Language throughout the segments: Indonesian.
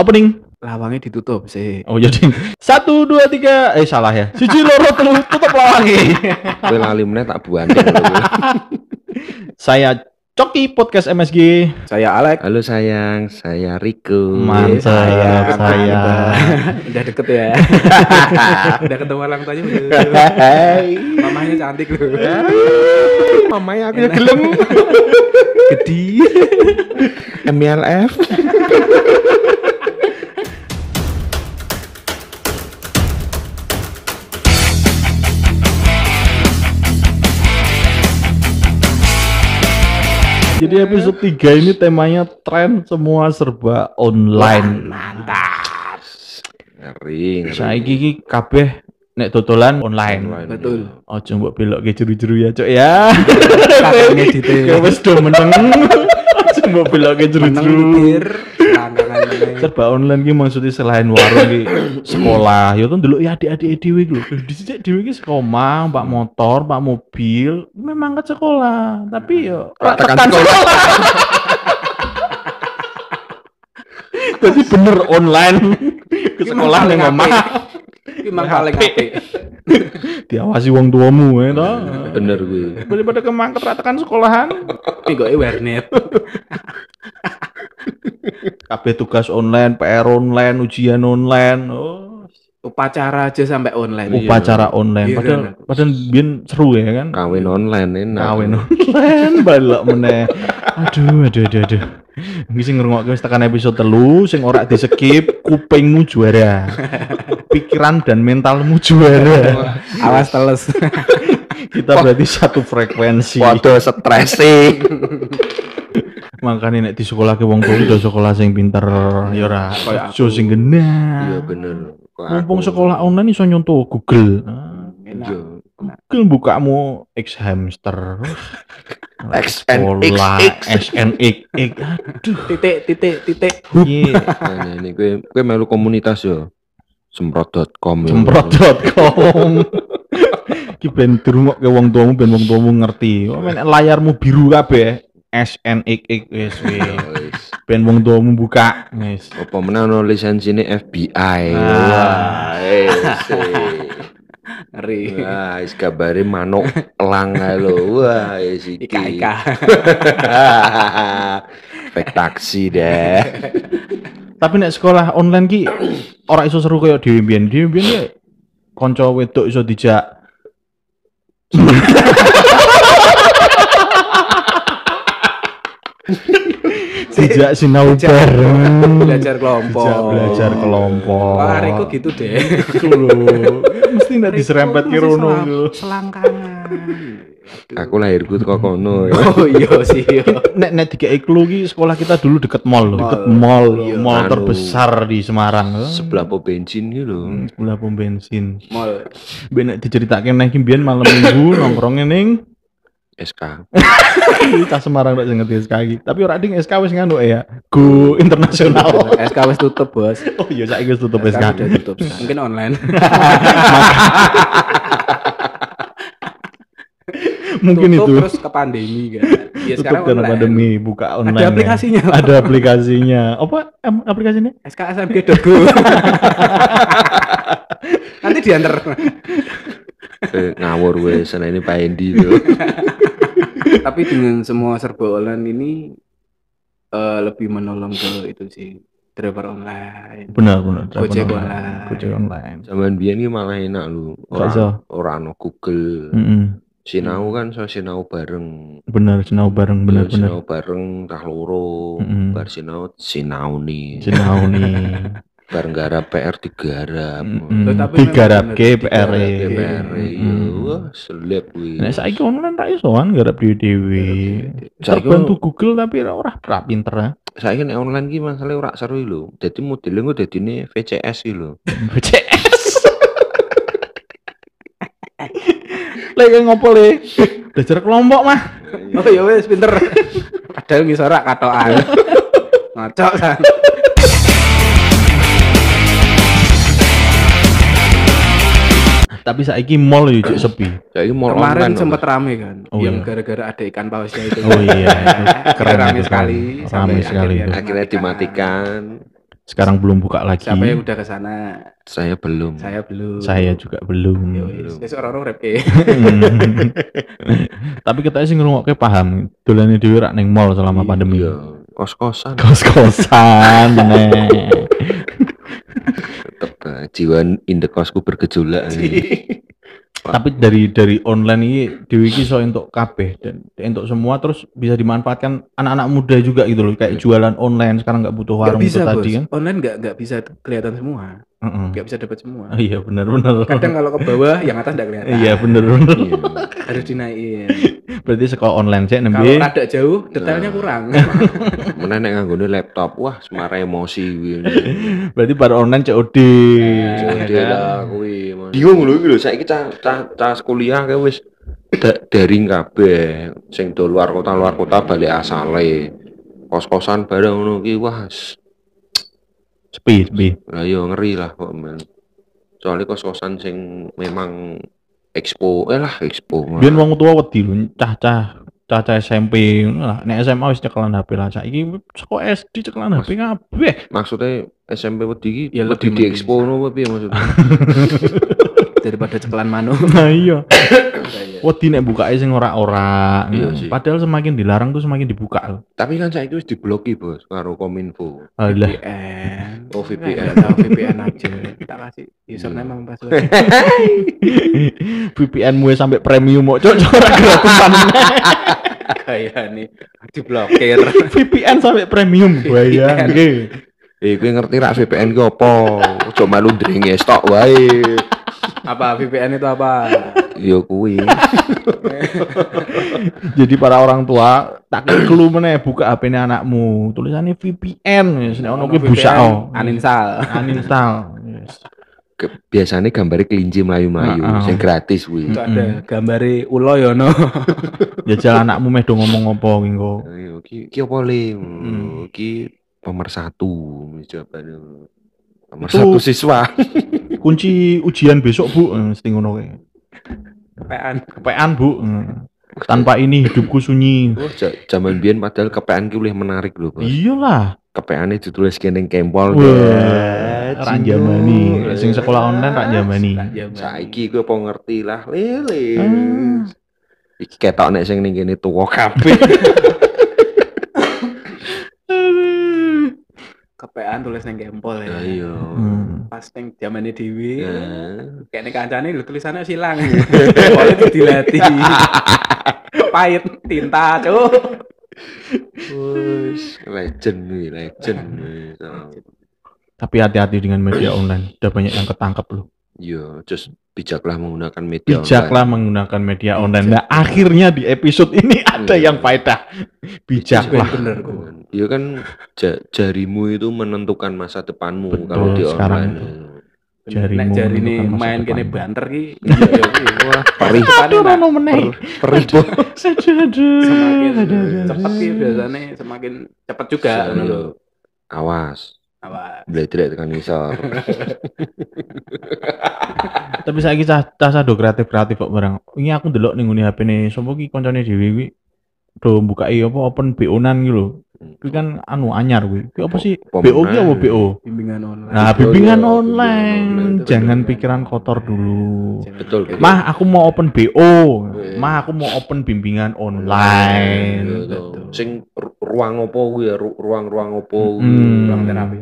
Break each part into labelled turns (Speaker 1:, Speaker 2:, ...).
Speaker 1: Opening.
Speaker 2: Lawangnya ditutup sih.
Speaker 1: Oh jadi satu dua tiga eh salah ya. Siji loro telu tutup lawangi.
Speaker 3: Kowe lali meneh tak buandel kowe.
Speaker 1: Saya Coki Podcast MSG.
Speaker 2: Saya Alek.
Speaker 3: Halo sayang, saya Riko.
Speaker 1: Mantap saya.
Speaker 2: mantap. udah deket ya. udah ketemu orang tuanya udah. Mamanya cantik loh.
Speaker 3: Mamanya aku ya gelem.
Speaker 2: Gede.
Speaker 3: MLF.
Speaker 1: Jadi episode 3 ini temanya tren semua serba online.
Speaker 2: Mantap.
Speaker 3: Ngeri. ngeri.
Speaker 1: Saiki iki kabeh nek dodolan nah. online.
Speaker 3: Online.
Speaker 2: Betul.
Speaker 1: Ojo mbok belok ke jeru-jeru ya, Cok ya.
Speaker 2: Kakaknya detail.
Speaker 1: Ya wis do meneng. Ojo mbok belok ke
Speaker 2: Menang
Speaker 1: jeru-jeru.
Speaker 2: dir. Tantangan ini.
Speaker 1: serba online ki maksudnya selain warung ki sekolah ya tuh dulu ya adik-adik dhewe ki lho di sini dhewe ki sekolah pak motor pak mobil memang ke sekolah tapi ya, yo
Speaker 3: Ratakan
Speaker 1: sekolah jadi bener online ke sekolah ning omah
Speaker 2: Memang paling apik.
Speaker 1: diawasi wong tuamu ya toh
Speaker 3: Bener kuwi.
Speaker 1: daripada kemangket ratakan sekolahan
Speaker 2: Tapi gue warnet.
Speaker 1: kabeh tugas online PR online ujian online oh
Speaker 2: Upacara aja sampai online.
Speaker 3: Iya.
Speaker 1: upacara online
Speaker 2: Iya,
Speaker 1: padahal
Speaker 2: kan?
Speaker 1: padahal biyen seru ya kan
Speaker 3: Kawin online enak.
Speaker 1: kawin online Nah, balok meneh aduh aduh aduh aduh Iki sing ngrungokke wis tekan episode telu sing ora di skip kupingmu juara pikiran dan mentalmu juara
Speaker 2: Awas teles.
Speaker 1: kita berarti satu frekuensi
Speaker 3: Waduh stres sih.
Speaker 1: makanya nek di sekolah ke wong tuwa udah sekolah sing pinter ya ora
Speaker 2: Kayak
Speaker 1: aja
Speaker 2: aku.
Speaker 1: sing
Speaker 3: Iya
Speaker 1: genah
Speaker 3: bener. Kok
Speaker 1: mumpung
Speaker 3: aku-
Speaker 1: sekolah online iso nyontoh Google Ah,
Speaker 3: Iya.
Speaker 1: Google bukamu X hamster sekolah
Speaker 3: XNXX.
Speaker 1: SNXX aduh
Speaker 2: Titik titik titik.
Speaker 1: Iya.
Speaker 3: Nah, ini kowe kowe melu komunitas yo. semprot.com yo.
Speaker 1: semprot.com ki ben dirungokke wong tuamu ben wong tuamu ngerti oh, men, layarmu biru kabeh SNXX wis wis.
Speaker 3: Iya, Wis.
Speaker 1: ben wong tuamu buka wis
Speaker 3: Apa meneh ono lisensine FBI.
Speaker 1: Ah.
Speaker 3: Wah, eh, sih.
Speaker 2: Ngeri.
Speaker 3: Wah, is kabare manuk elang ae lho. Wah, eh, is iki.
Speaker 2: Ika ika.
Speaker 3: Pek taksi deh.
Speaker 1: tapi nek sekolah online ki ora iso seru kaya dhewe mbiyen dhewe mbiyen ya kanca wedok iso dijak dijak sinau
Speaker 2: Dijak.
Speaker 1: bareng
Speaker 2: Belajar kelompok.
Speaker 1: dijak Hmm. belajar kelompok
Speaker 2: Wah, Riko gitu deh.
Speaker 1: Iku lho. Mesti ndak diserempet gitu. ki rono iku lho.
Speaker 2: Selangkangan.
Speaker 3: Aku lahirku teko kono. ya.
Speaker 2: Oh iya sih. iya.
Speaker 1: Nek nek dikei clue ki sekolah kita dulu deket mall lho, deket
Speaker 2: Mall.
Speaker 1: mall,
Speaker 2: Iya.
Speaker 1: mall
Speaker 3: Anu.
Speaker 1: terbesar Hmm, di Semarang.
Speaker 3: Sebelah pom bensin gitu lho.
Speaker 1: Hmm, sebelah pom bensin.
Speaker 2: Mall.
Speaker 1: Ben nek diceritake neh ki mbiyen malam Minggu nongkrongnya ning
Speaker 3: SK.
Speaker 1: Cah Semarang tok sing ngerti SK iki. Tapi ora ding SK wis nganu ya. Go internasional.
Speaker 2: SK wis tutup, Bos.
Speaker 1: Oh iya saiki wis tutup
Speaker 2: SK
Speaker 1: SK.
Speaker 2: sudah tutup. sekarang. Mungkin online.
Speaker 1: Mungkin
Speaker 2: Tutup,
Speaker 1: itu
Speaker 2: terus ke pandemi kan. Ya
Speaker 1: tutup karena
Speaker 2: online.
Speaker 1: pandemi buka online.
Speaker 2: Ada
Speaker 1: ya.
Speaker 2: aplikasinya.
Speaker 1: Ada aplikasinya. Apa em, aplikasinya?
Speaker 2: SKSMG.go. Nanti diantar.
Speaker 3: Eh, ngawur gue sana ini Pak Endi lho.
Speaker 2: Tapi dengan semua serba online ini eh, lebih menolong ke itu sih driver online.
Speaker 1: Benar benar.
Speaker 2: Gojek
Speaker 1: Driver
Speaker 2: online.
Speaker 1: Gojek online.
Speaker 3: Zaman biyen ki malah enak lho.
Speaker 1: Gak iso.
Speaker 3: Ora ora ono Google.
Speaker 1: Mm-mm.
Speaker 3: Sinau kan so sinau bareng.
Speaker 1: Benar sinau bareng benar
Speaker 2: Iya,
Speaker 3: Ya,
Speaker 1: benar.
Speaker 3: Sinau bareng tah loro.
Speaker 1: Mm-mm.
Speaker 3: Bar sinau sinau nih.
Speaker 1: Hmm. Sinau nih.
Speaker 3: Bar garap PR digarap.
Speaker 1: Mm-mm.
Speaker 2: Ya Tapi
Speaker 1: Tiga
Speaker 2: memang
Speaker 1: rap
Speaker 2: bener,
Speaker 1: GPR.
Speaker 2: tiga rap
Speaker 3: DPR
Speaker 2: E.
Speaker 3: iya
Speaker 1: Mm.
Speaker 3: wah seleb kuwi.
Speaker 1: Nek saiki online ra iso kan garap dhewe-dhewe. Terbantu Google tapi ora ora pra pinter ya.
Speaker 3: Saiki nek online ki masalah ora seru lho. Dadi modele ku dadine VCS iki lho.
Speaker 1: BCS. Lek ngopo le? Belajar kelompok mah.
Speaker 2: Oh
Speaker 1: iya,
Speaker 2: ya wes pinter. Padahal ngisorak katokan. Ngocok kan.
Speaker 1: Tapi saiki mall yo juk sepi.
Speaker 3: Saiki mau
Speaker 2: Kemarin
Speaker 3: online,
Speaker 2: sempat rame kan,
Speaker 1: Oh, iya.
Speaker 2: yang gara-gara ada ikan pausnya itu.
Speaker 1: Oh iya, itu
Speaker 2: Itu
Speaker 1: keren
Speaker 2: rame
Speaker 1: itu,
Speaker 2: sekali.
Speaker 1: keren.
Speaker 2: sampai
Speaker 1: Rame sekali
Speaker 3: lho. akhirnya dimatikan.
Speaker 1: Sekarang belum buka lagi.
Speaker 2: Siapa yang udah ke sana?
Speaker 3: Saya belum.
Speaker 2: Saya belum.
Speaker 1: Saya juga belum.
Speaker 2: Ya wis, wis orang-orang rap eh.
Speaker 1: Hmm. Tapi kita sih ngerungokke paham dolane dhewe rak ning mall selama
Speaker 2: Iya.
Speaker 1: pandemi.
Speaker 3: Iya, kos-kosan.
Speaker 1: Kos-kosan meneh.
Speaker 3: Tetep eh, jiwa indek kosku bergejolak.
Speaker 1: Iya.
Speaker 2: Iya.
Speaker 3: eh.
Speaker 1: Tapi dari dari online ini dhewe iki iso entuk kabeh dan entuk semua terus bisa dimanfaatkan anak-anak muda juga gitu loh kayak jualan online sekarang nggak butuh
Speaker 2: Gak
Speaker 1: warung itu
Speaker 2: bisa bos.
Speaker 1: tadi kan.
Speaker 2: Online nggak nggak bisa kelihatan semua.
Speaker 1: Heeh.
Speaker 2: Nggak bisa dapat semua.
Speaker 1: Oh, Iya benar-benar.
Speaker 2: Kadang kalau ke bawah yang atas nggak kelihatan.
Speaker 1: Iya benar-benar.
Speaker 3: Iya.
Speaker 2: Harus dinaikin.
Speaker 1: Berarti sekolah online sih
Speaker 2: Kalau
Speaker 1: nembe.
Speaker 2: rada jauh detailnya
Speaker 3: Nah.
Speaker 2: kurang.
Speaker 3: Mana nek nganggone laptop, wah semara emosi kuwi.
Speaker 1: Berarti bar online COD. ya
Speaker 3: Jadi
Speaker 1: kan?
Speaker 3: lah kuwi. Mas. Bingung lho iki lho, saiki cah cah cah kuliah kayak wis da- daring kabeh. Sing do luar kota luar kota balik asale. Kos-kosan bareng ngono ki wah. s-
Speaker 1: Sepi, sepi.
Speaker 3: Lah yo ngeri lah kok men. Soalnya kos-kosan sing memang expo, eh lah expo. malah.
Speaker 1: Biyen wong tua wedi lho, cah-cah cah-cah SMP ngono lah. Nek SMA wis cekelan HP lah. Saiki saka SD cekelan HP kabeh.
Speaker 3: Maksudnya SMP wedi iki
Speaker 2: Ya,
Speaker 3: wedi
Speaker 2: lebih
Speaker 3: di
Speaker 2: mending.
Speaker 3: expo ngono apa piye maksudnya?
Speaker 2: Daripada cekelan mano.
Speaker 1: Nah iya. Wedi nek bukake sing ora-ora. Nah,
Speaker 3: Iya sih.
Speaker 1: Padahal semakin dilarang tuh semakin dibuka Ah, lho.
Speaker 3: Tapi kan saya itu diblokir bos, karo kominfo.
Speaker 1: Alah.
Speaker 3: Iya.
Speaker 2: VPN.
Speaker 3: Oh, VPN.
Speaker 2: Nggak tahu VPN aja. Kita kasih username sama password.
Speaker 1: VPN mu sampai premium kok cocok ora gratisan.
Speaker 2: Kayak nih diblokir.
Speaker 1: VPN sampai premium bayang.
Speaker 3: Eh, gue ngerti rak VPN gue apa? Coba malu dringe stok wae.
Speaker 2: Apa VPN itu apa?
Speaker 3: Yo kuwi.
Speaker 1: Jadi para orang tua tak kelu meneh buka HP-ne anakmu. Tulisannya VPN. Nek Nah, ono kuwi busak
Speaker 2: VPN,
Speaker 1: oh.
Speaker 2: Uninstall.
Speaker 1: uninstall. Yes.
Speaker 3: Ke- Biasanya gambarnya kelinci melayu-melayu,
Speaker 1: Ah, ah.
Speaker 3: sing gratis kuwi.
Speaker 2: Itu ada gambare ulo ya no.
Speaker 1: Jajal Ya, anakmu meh do ngomong apa kuwi kok.
Speaker 3: Ayo, ki ki apa le?
Speaker 1: Mm.
Speaker 3: Ki pemersatu jawabannya.
Speaker 1: Itu-
Speaker 3: Pemersatu siswa.
Speaker 1: Kunci ujian besok, Bu. Eh, Mesti ngono kuwi.
Speaker 2: VPN.
Speaker 1: Kepean, Bu. Eh, Tanpa ini hidupku sunyi.
Speaker 3: Oh, ja- zaman biyen padahal kepean ki oleh menarik lho,
Speaker 1: Iya.
Speaker 3: Bos.
Speaker 1: Iyalah.
Speaker 3: Kepeane ditulis kene kempol.
Speaker 1: Wah,
Speaker 3: Cino.
Speaker 1: rak jamani.
Speaker 2: Iya,
Speaker 1: Nek Eh, Sing sekolah online rak jamani.
Speaker 3: Saiki gue po ngerti lah, lele.
Speaker 1: Ah.
Speaker 3: Iki ketok nek sing ning kene tuwa kabeh.
Speaker 2: Kepean tulis nang gempol
Speaker 1: Iya,
Speaker 2: ya.
Speaker 3: Ayo.
Speaker 1: Hmm.
Speaker 2: Pas ning zamane dhewe.
Speaker 1: Iya.
Speaker 3: Nah,
Speaker 2: Kayaknya kancane lho tulisannya silang. Oleh itu dilatih. Pahit tinta, Cuk.
Speaker 3: Wes, legend nih, legend. wih.
Speaker 1: Tapi hati-hati dengan media online. Udah banyak yang ketangkep loh.
Speaker 3: Yo, just Iya, bijaklah menggunakan
Speaker 2: Ya
Speaker 3: media.
Speaker 1: Bijaklah menggunakan media online. Nah, akhirnya di episode ini ada
Speaker 3: Iya.
Speaker 1: yang faedah.
Speaker 2: Wah,
Speaker 1: Bijaklah.
Speaker 2: bener
Speaker 3: online.
Speaker 2: kok.
Speaker 3: Iya kan ja- jarimu itu menentukan masa depanmu
Speaker 1: Betul,
Speaker 3: kalau di
Speaker 1: sekarang
Speaker 3: online.
Speaker 1: itu. Jarimu
Speaker 2: Nek jari ini
Speaker 1: menentukan masa
Speaker 2: main
Speaker 1: depan.
Speaker 2: kene banter ki. Iya iya, iya.
Speaker 3: Wah,
Speaker 2: Pasti
Speaker 3: perih,
Speaker 1: Aduh,
Speaker 2: panen,
Speaker 1: Rono meneh.
Speaker 3: perih, perih. Bos.
Speaker 1: Aduh, aduh.
Speaker 2: semakin
Speaker 1: Aduh, aduh, Iya.
Speaker 2: cepet
Speaker 1: aduh.
Speaker 2: sih biasanya semakin cepet juga
Speaker 3: Soalnya
Speaker 2: ngono lho.
Speaker 3: lo, iya. Awas,
Speaker 2: Apa?
Speaker 3: bledrek tekan ngisor.
Speaker 1: Tapi saya kisah tas ado kreatif kreatif kok barang. Ini aku delok nih nguni HP nih. Sopo ki koncone dhewe kuwi do buka i apa open BO nan gitu loh. Kuwi kan anu anyar kuwi. Kuwi apa sih?
Speaker 3: Apa
Speaker 1: BO ki apa
Speaker 3: meneh?
Speaker 1: BO?
Speaker 2: Bimbingan online.
Speaker 1: Nah,
Speaker 3: Betul,
Speaker 1: bimbingan
Speaker 3: ya, bimbingan online,
Speaker 1: online.
Speaker 3: itu
Speaker 1: Jangan
Speaker 2: betul.
Speaker 1: pikiran kotor dulu.
Speaker 2: Jangan-
Speaker 3: Betul, betul.
Speaker 1: Mah, aku mau open BO.
Speaker 3: Iya.
Speaker 1: Mah, aku mau open bimbingan online.
Speaker 3: Iya,
Speaker 2: Betul.
Speaker 3: toh. Sing ru- ruang opo kuwi ya, ru- ruang-ruang opo
Speaker 1: Mm-mm.
Speaker 2: Ruang terapi.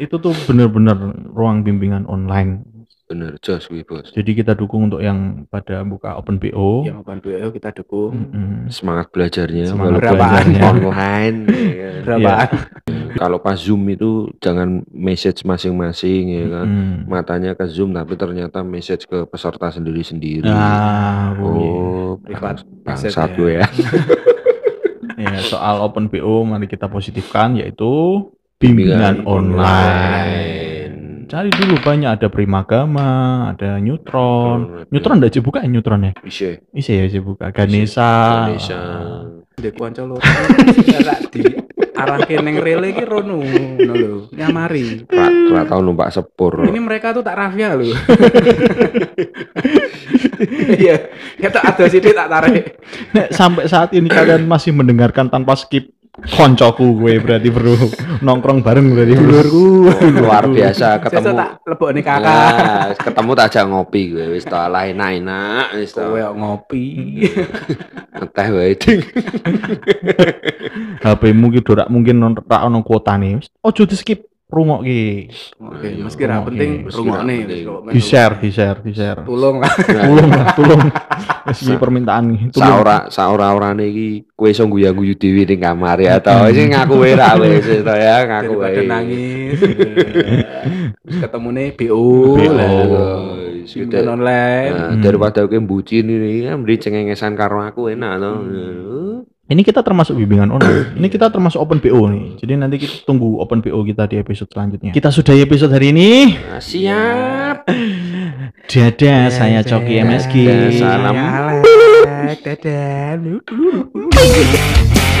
Speaker 1: Itu tuh bener-bener ruang bimbingan online.
Speaker 3: Bener, jos kuwi, Bos.
Speaker 1: Jadi kita dukung untuk yang pada buka open BO.
Speaker 2: Yang open BO kita dukung.
Speaker 3: Hmm.
Speaker 1: Mm-mm.
Speaker 3: Semangat belajarnya
Speaker 1: Semangat
Speaker 3: Ya, walaupun
Speaker 1: belajarnya.
Speaker 3: online. ya kan.
Speaker 2: Berapaan?
Speaker 3: Kalau pas Zoom itu jangan message masing-masing ya kan.
Speaker 1: Mm.
Speaker 3: Matanya ke Zoom tapi ternyata message ke peserta sendiri-sendiri.
Speaker 1: Nah, kuwi.
Speaker 3: Gitu. oh,
Speaker 2: Privat
Speaker 3: bang
Speaker 2: message
Speaker 3: satu ya.
Speaker 1: Ya, soal open BO mari kita positifkan yaitu bimbingan
Speaker 3: Bimbingan
Speaker 1: online. Cari dulu banyak ada Primagama, ada Neutron. Neutron enggak sih buka ya Neutron ya?
Speaker 3: Bisa.
Speaker 1: Isi ya sih buka Ganesha.
Speaker 3: Indonesia. Iya.
Speaker 2: Dek kanca loro. Ora di arahke ning rele ki rono ngono lho. Nyamari.
Speaker 3: Ra, ra tau numpak sepur.
Speaker 2: Ini mereka tuh tak rafia lho. Iya, kita ada sini tak tarik.
Speaker 1: Nek sampai saat ini kalian masih mendengarkan tanpa skip koncoku gue berarti bro nongkrong bareng berarti bro
Speaker 3: luar biasa
Speaker 2: Ketemu tak
Speaker 3: ketemu
Speaker 2: lebokne kakak.
Speaker 3: Nah, ketemu tak ajak ngopi gue wis tak lah enak-enak wis tak
Speaker 2: Kowe ngopi.
Speaker 3: teh wae ding.
Speaker 1: HP mungkin dorak mungkin non tak ono kuota nih ojo di skip rungok ki
Speaker 2: Oke,
Speaker 3: Ayo,
Speaker 2: meski ra
Speaker 1: oke.
Speaker 2: penting
Speaker 3: Iya, Meski ra
Speaker 2: rungokne
Speaker 3: penting.
Speaker 1: di share di share di share
Speaker 2: Tolong lah.
Speaker 1: tulung lah tulung meski permintaan nih tulung
Speaker 3: Saora saora orane iki kowe iso guyu-guyu dhewe ning kamar ya to. Sing ngaku wae ra wis to ya ngaku wae.
Speaker 2: Daripada nangis. Terus ketemune BO.
Speaker 1: BO.
Speaker 2: lah.
Speaker 1: Oh.
Speaker 2: Simpen
Speaker 3: Sudah.
Speaker 2: online.
Speaker 3: Nah,
Speaker 1: Hmm.
Speaker 3: daripada kowe bucin ini kan beri cengengesan karo aku enak to.
Speaker 1: ini kita termasuk bimbingan online ini kita termasuk open PO nih jadi nanti kita tunggu open PO kita di episode selanjutnya kita sudahi episode hari ini
Speaker 3: Nah, siap.
Speaker 1: dadah Iya, saya Coki MSG
Speaker 3: Dadah, salam.
Speaker 2: Salam. Dadah.